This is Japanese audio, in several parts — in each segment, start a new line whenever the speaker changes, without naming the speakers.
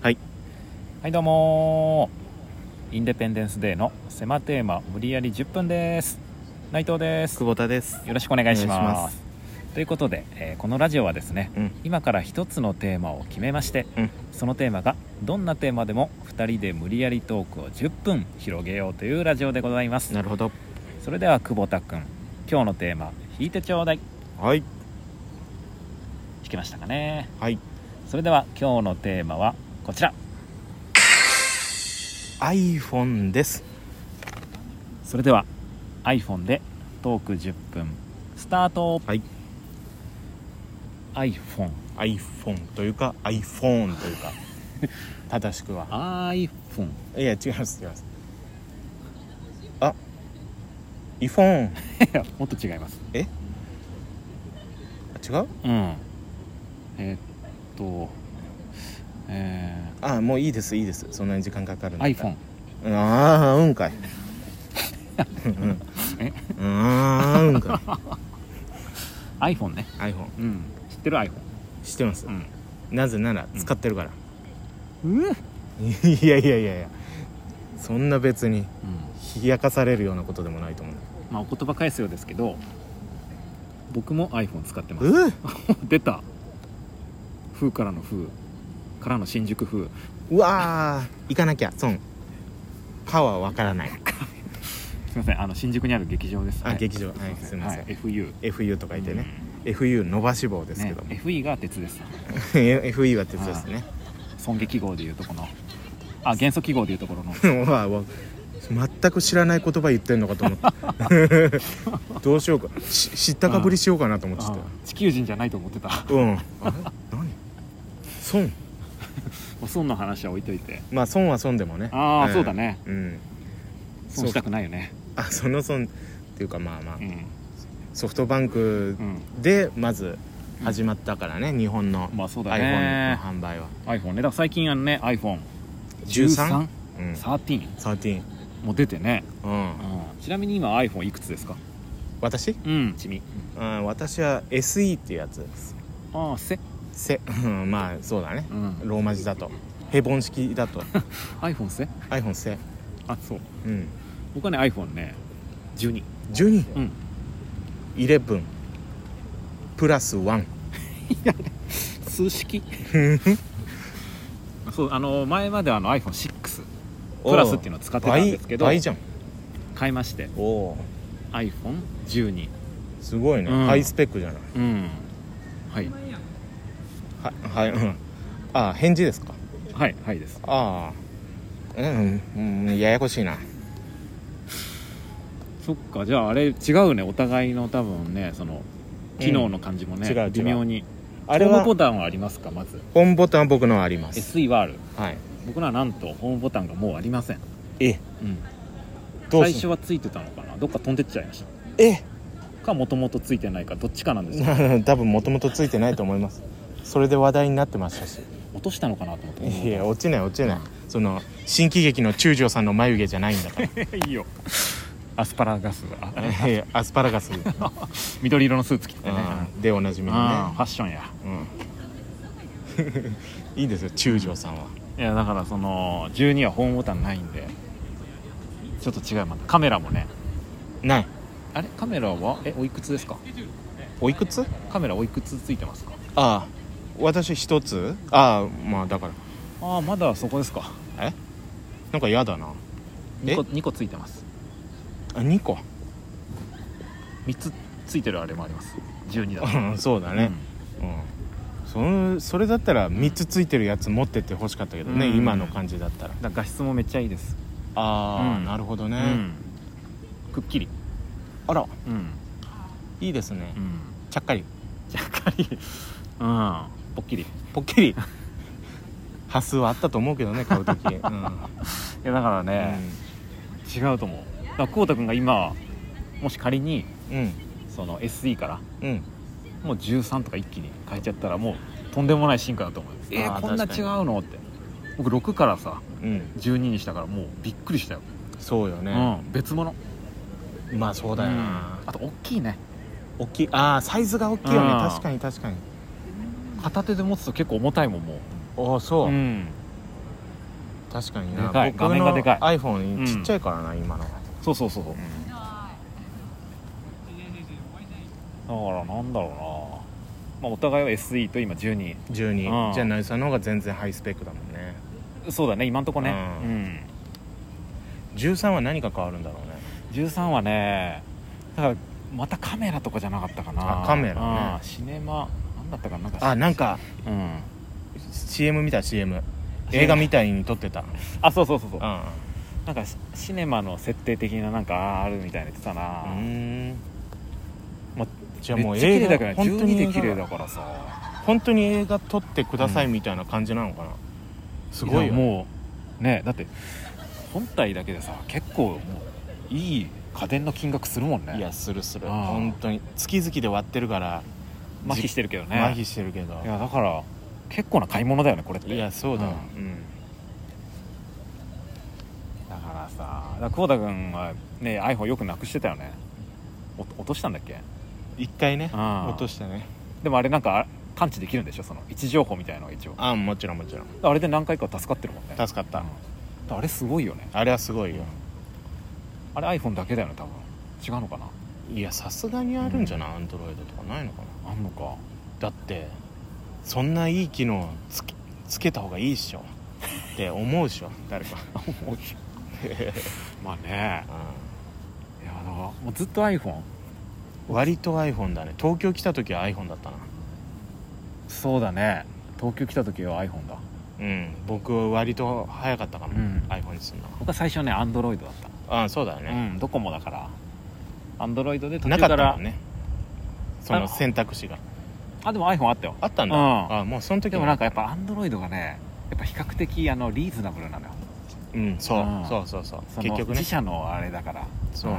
はい
はいどうもーインデペンデンスデーの狭テーマ無理やり10分です内藤です
久
よ
保田です
ろしくお願いします
お願いします
ということで、えーこのラジオはですね
うん
今から一つのテーマを決めまして
うん
そのテーマがどんなテーマでも2人で無理やりトークを10分広げようというラジオでございます
なるほど
それでは久保田君今日のテーマ引いてちょうだい
はい
引けましたかね
はい
それでは今日のテーマはこちら
iPhone です
それでは iPhone でトーク10分スタート
はい
iPhone
iPhone というか iPhone という か正しくは
iPhone
いや違います違いますあ iPhone
いや もっと違います
あ違う
うんえーっとえ
あもういいですいいですそんなに時間かかるん
ー
だったら
iPhone
ああうんかいうん
え
あーうんか
iPhone ね
い iPhone
うん知ってる iPhone
知ってます、
うん
なぜなら使ってるから、
う
い
ん、
やいやいやいやそんな別に冷やかされるようなことでもないと思うんだ
まあお言葉返すようですけど僕も iPhone 使ってます
う
出た風からの風からの新宿風
うわー行かなきゃ損かはわからない
すみませんあの新宿にある劇場です、
あ劇場はい
す
す
い
い
ま
ま
せ
せ
ん、
ん
はい、FU
FU と書いてね、FU 伸ばし棒
う
で
ん
す
ね
けども、
FE が鉄です
FE は鉄ですね
尊下記号でいうとこのあ元素記号でいうところの
うわわ全く知らない言葉言ってんのかと思って どうしようかし知ったかぶりしようかなと思ってちょっ
あ地球人じゃないと思 ってた
とうんあれ何損
お損の話は置いといて
まあ損は損でもね
ああ、
ん
そうだね
うん
損したくないよね
あその損っていうかまあまあ、
うん
ソフトバンク
うん
でまず始まったからね、日本の
まあそうだ
iPhone の
ね
販売は、
iPhone ねだから最近あのね iPhone
13うん、
13
13、
も出てね、
うん、
うん、ちなみに今 iPhone いくつですか
私、
うんちみ
うん、私は SE っていうやつです
ああせ
せ、うん、まあそうだね
うん
ローマ字だと平凡式だ と
iPhone せ
iPhone せ、
あそう
うん、
僕はね iPhone ね12
12、
うん
11プラス1
数式 そうあの前まではあの iPhone6
お
プラスっていうのを使ってたんですけど
倍倍じゃん
買いまして
おお
iPhone12
すごいね、
うん
ハイスペックじゃない
うんはい
ははい、うん、あ返事ですか
はいはいです
ああうん、うん、ややこしいな
そっかじゃああれ違うねお互いの多分ねその機能の感じもね、
うん違う違う
微妙に
あれは
ホームボタンはありますかまず
ホームボタンは僕のはあります
SE はある
はい
僕らはなんとホームボタンがもうありません、
え
うん、
どう
最
す
初はついてたのかなどっか飛んでっちゃいまし
え
たかもともとついてないかどっちかなんですよ
多分もともとついてないと思いますそれで話題になってましたし
落としたのかなと思って
いや落ちない落ちないその新喜劇の中条さんの眉毛じゃないんだか
いいよアスパラガスあ
らいやアスパラガス、うん
緑色のスーツ着てね
でおなじみの
あフ
ね
ァッションや
うん いいですよ中条さんはい
やだからその12はホームボタンないんでちょっと違いますカメラもね
ない
あれカメラはえおいくつですか
おいくつ
カメラおいくつついてますか
ああ私一つああまあだから
ああまだそこですか
なんか嫌だなえ
2個二個ついてます
あ2個
3つついてるあれもあります12だと
うんそうだね、うん、そのそれだったら3つついてるやつ持ってってほしかったけどね、
うん
今の感じだったら
うんだから画質もめっちゃいいです
ああ、
うん
なるほどね、
うんくっきり
あら
うん
いいですね、
うん
ちゃっかり
じゃっかりうんぽっきりい
ぽっきり 端数はあったと思うけどね買う 時、うん
やだからね、違うと思うだから久保田君が今もし仮に
うん
その SE から
うん
もう13とか一気に変えちゃったらもうとんでもない進化だと思うえー、
あー
こんな
確
違
か
うのって僕6からさ
うん
12にしたからもうびっくりしたよ、
そうよ
う
ね、
ん別物
まあそうだよな
うん、あと大きいね
大きいああサイズが大きいよね
うん
確かに確かに
片手で持つと結構重たいもんも
おお
う
そう、
ん
確かにな
でかい
僕
画面がでかい
の iPhone
うん
ちっちゃいからな、今の
そうそうそうそうだからなんだろうな、まあ、お互いは SE と今12
12、
うん
じゃあ成さんの方が全然ハイスペックだもんね
そうだね今んとこね
う
うんん、
13は何か変わるんだろうね
13はねだからまたカメラとかじゃなかったかな
あカメラね
うんシネマなんだったかななんか
あなんか
うん
CM 見た CM 映画みたいに撮ってた、う、
あそうそうそうそうんなんかシシネマの設定的ななんかあるみたいな言ってた
う
な、
ーんまじゃあ
め
もう
っちゃ綺
映
麗だか
画
ら
本当
12
に
で
映
綺麗
画
だからさ
本当に映画撮ってくださいみたいな感じなのかな、すごい
や
よね
もうねだって本体だけでさ結構もういい家電の金額するもんね
いやするする
うん
本当に月々で割ってるから
麻痺してるけどね
麻痺してるけど
いやだから結構な買い物だよねこれって
いやそうだ、
ん
うん
だからさだから久保田君はね iPhone よくなくしてたよねお落としたんだっけ
一回ね
うん
落としてね
でもあれなんか感知できるんでしょその位置情報みたいなのが一応
あもちろんもちろん
あれで何回か助かってるもんね
助かった、
うんあれすごいよね
あれはすごいよ
あれ iPhone だけだよね多分違うのかない
やさすがにあるんじゃないアンドロイドとかないのかな
あんのか
だってそんないい機能つけつけた方がいいっしょって思うっしょ誰か、
まあ
う
ねいやだからもうずっと iPhone
ん、割と iPhone だね東京来た時は iPhone だったな
そうだね東京来た時は iPhone だ
うん僕は割と早かったかも、
うん
iPhone にするの
僕は最初ね Android だった
ああそうだよ
う
ね、
んドコモだからアンドロイドで途
なか
中か
った
ら
もんねその選択肢が
あでも iPhone あったよ
あったんだ、
うん
あもうその時
でもなんかやっぱアンドロイドがねやっぱ比較的あのリーズナブルなのよ
うんそう
うん
そうそうそう
その
結局ね
自社のあれだから
そうね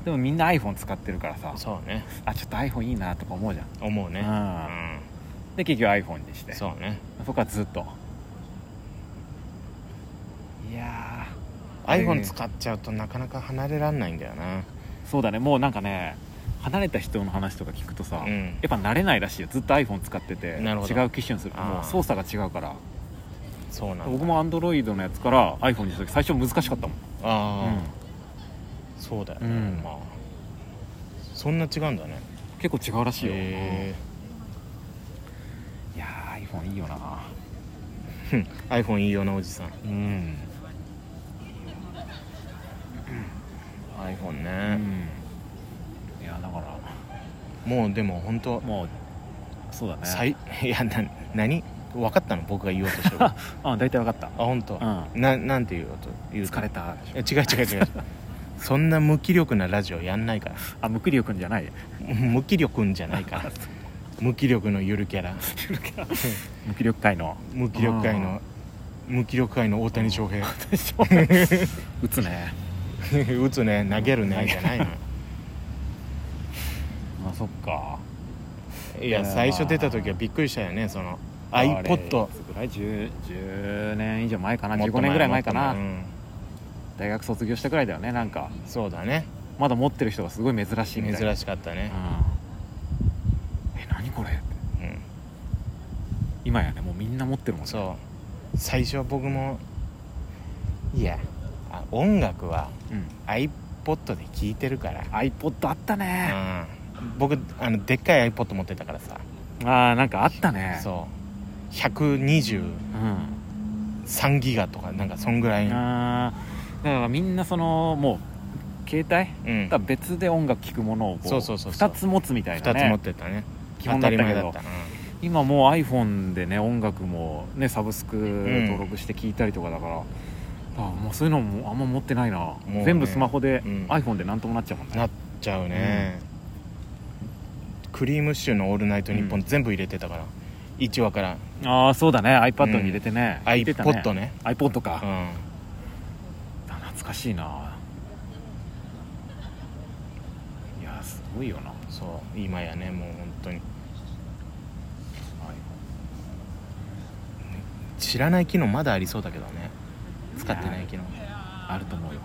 うんでもみんな iPhone 使ってるからさ
そうね
あちょっと iPhone いいなとか思うじゃん
思うね
うんで結局 iPhone にし
う
て
んそうね
そこはずっといや
iPhone 使っちゃうとなかなか離れらんないんだよな
ーそうだねもうなんかね離れた人の話とか聞くとさ、
う
や
ん
っぱ慣れないらしいよずっと iPhone 使ってて違
なるほど
う機種にする
あー
もう操作が違うから
そうなんだ
僕も Android のやつから iPhone にした時最初難しかったもん
ああ、
うん
そうだよね、
うん
まあそんな違うんだね
結構違うらしいよ、
へ
いやー iPhone いいよな
え iPhone いいよなおじさん
うん
iPhone
う
ね、
んいやだから
もうでも本当
もうそうだね
最い やな何分かったの僕が言おうとしてるあ
あ大体分かった
本当、
う
ななんて言おうと言うと
疲れた
え違う違う違うそんな無気力なラジオやんないから
あ無気力んじゃない
無気力んじゃない から無気力のゆるキャラ
無気力 界の
無気力界の無気力界の大谷翔平
打つね
打つね投げる
投
ね
げ
じゃないの
あそっか
い
いや
や
ー
最初出た時はびっくりしたよねその
あ
iPod
れいつぐらい 10, 10年以上前かな
もっと
15年ぐらい前かな、
もっとうん
大学卒業したぐらいだよねなんか
そうだね
まだ持ってる人がすごい珍しいみたいな
珍しかったね、
うん、え何これって
うん、
今やねもうみんな持ってるもんね
そう最初は僕もいやあ音楽は
うん
iPod で聴いてるから、
iPod あったね、
うん、僕あのでっかい iPod 持ってたからさ、
ああなんかあったねう、
そう123
ん、
ギガとかなんかそんぐらいの
あーだからみんなそのもう携帯
うん、
が別で音楽聴くものをこ
そうそうそうそう
2つ持つみたいな
2つ持っ
ね
てたね
基
当
本だ
たり
ったけ
前だ
ど
ったな
今もう iPhone でね音楽もねサブスク
ん
登録して聴いたりとかだから、あーもうそういうのもあんま持ってないな、
うね
全部スマホで、
うん
iPhone でなんともなっちゃうもんね
なっちゃうね、クリームシチューの「オールナイトニッポン」全部入れてたから、一1話から
ああそうだね iPad に入れてね、入れてた
iPod ね
iPod
う
か、
ん
あ懐かしいないやすごいよな
そう今やねもう本当に知らない機能まだありそうだけどね使ってない機能
あると思うよ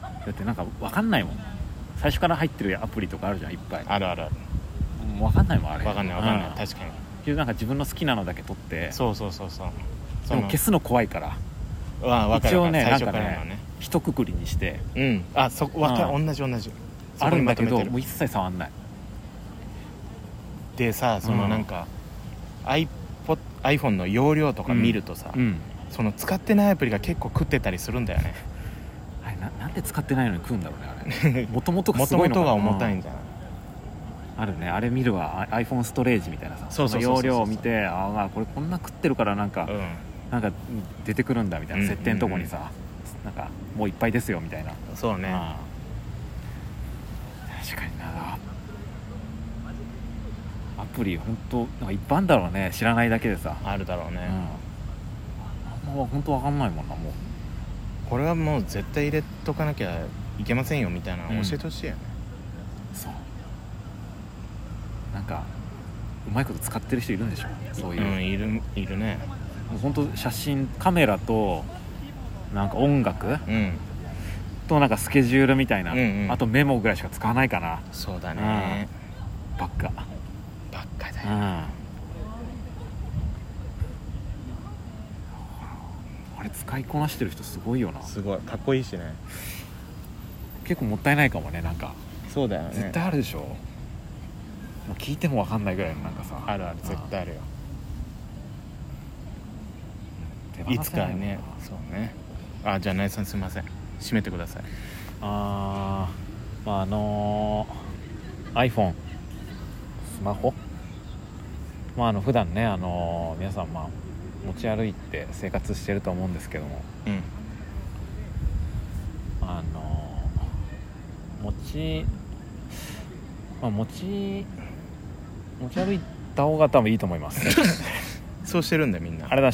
だってなんか分かんないもん最初から入ってるアプリとかあるじゃんいっぱい
あるあるある
分かんないもんあれ
分かんない分かんない
うん
確かに
結局なんか自分の好きなのだけ取って
そうそうそうそうそ
でも
の
消すの怖いから
あ分かる
一応
分か
ね
る最初
なん
か
からね
のはね
一括りにして
うんあそこ分か
う
る同じ同じそ
あ
こ
る
に
ん
ま
だ
と
け
めて
ど
る
もう一切触んない
でさそのなんか、iPod iPhone の容量とか見るとさ、
うん
その使ってないアプリが結構食ってたりするんだよね
あれななんで使ってないのに食うんだろうね あれ元々が
も
す
と
ご
も
いのか
と
な
が重たいんじゃない、
あるねあれ見るわあ iPhone ストレージみたいなさ
そうそうそう
の
そう
容量を見てああこれこんな食ってるからなんか、なんか出てくるんだみたいな、
うん
設定のとこにさなんかもういっぱいですよみたいな、
うんそうね
ああ確かになアプリ本当なんかいっぱいあんだろうね知らないだけでさ、
あるだろう
うん、
ね、
あんま本当わかんないもんなもう
これはもう絶対入れとかなきゃいけませんよみたいなの教えてほしいよね、
そうなんかうまいこと使ってる人いるんでしょそういうう、
んいるいるね
もう本当写真カメラとなんか音楽
うん
となんかスケジュールみたいな、
うんうん
あとメモぐらいしか使わないかな
そうだね
ばっか
ばっかだ
うん
よ
あれ使いこなしてる人すごいよな
すごいかっこいいしね
結構もったいないかもねなんか
そうだよね
絶対あるでしょ、もう聞いても分かんないぐらいのなんかさ
あるある絶対あるよ
手放せ
い
ない
つかね
もんな
そうねあじゃあナイさんすいません閉めてください
あーまああのー iPhone スマホまああの普段ねあのー皆さんまあ持ち歩いて生活してると思うんですけども
うん
あのー持ち、まあ、持ち持ち歩いた方が多分いいと思います
そうしてるんだみんな
あれだ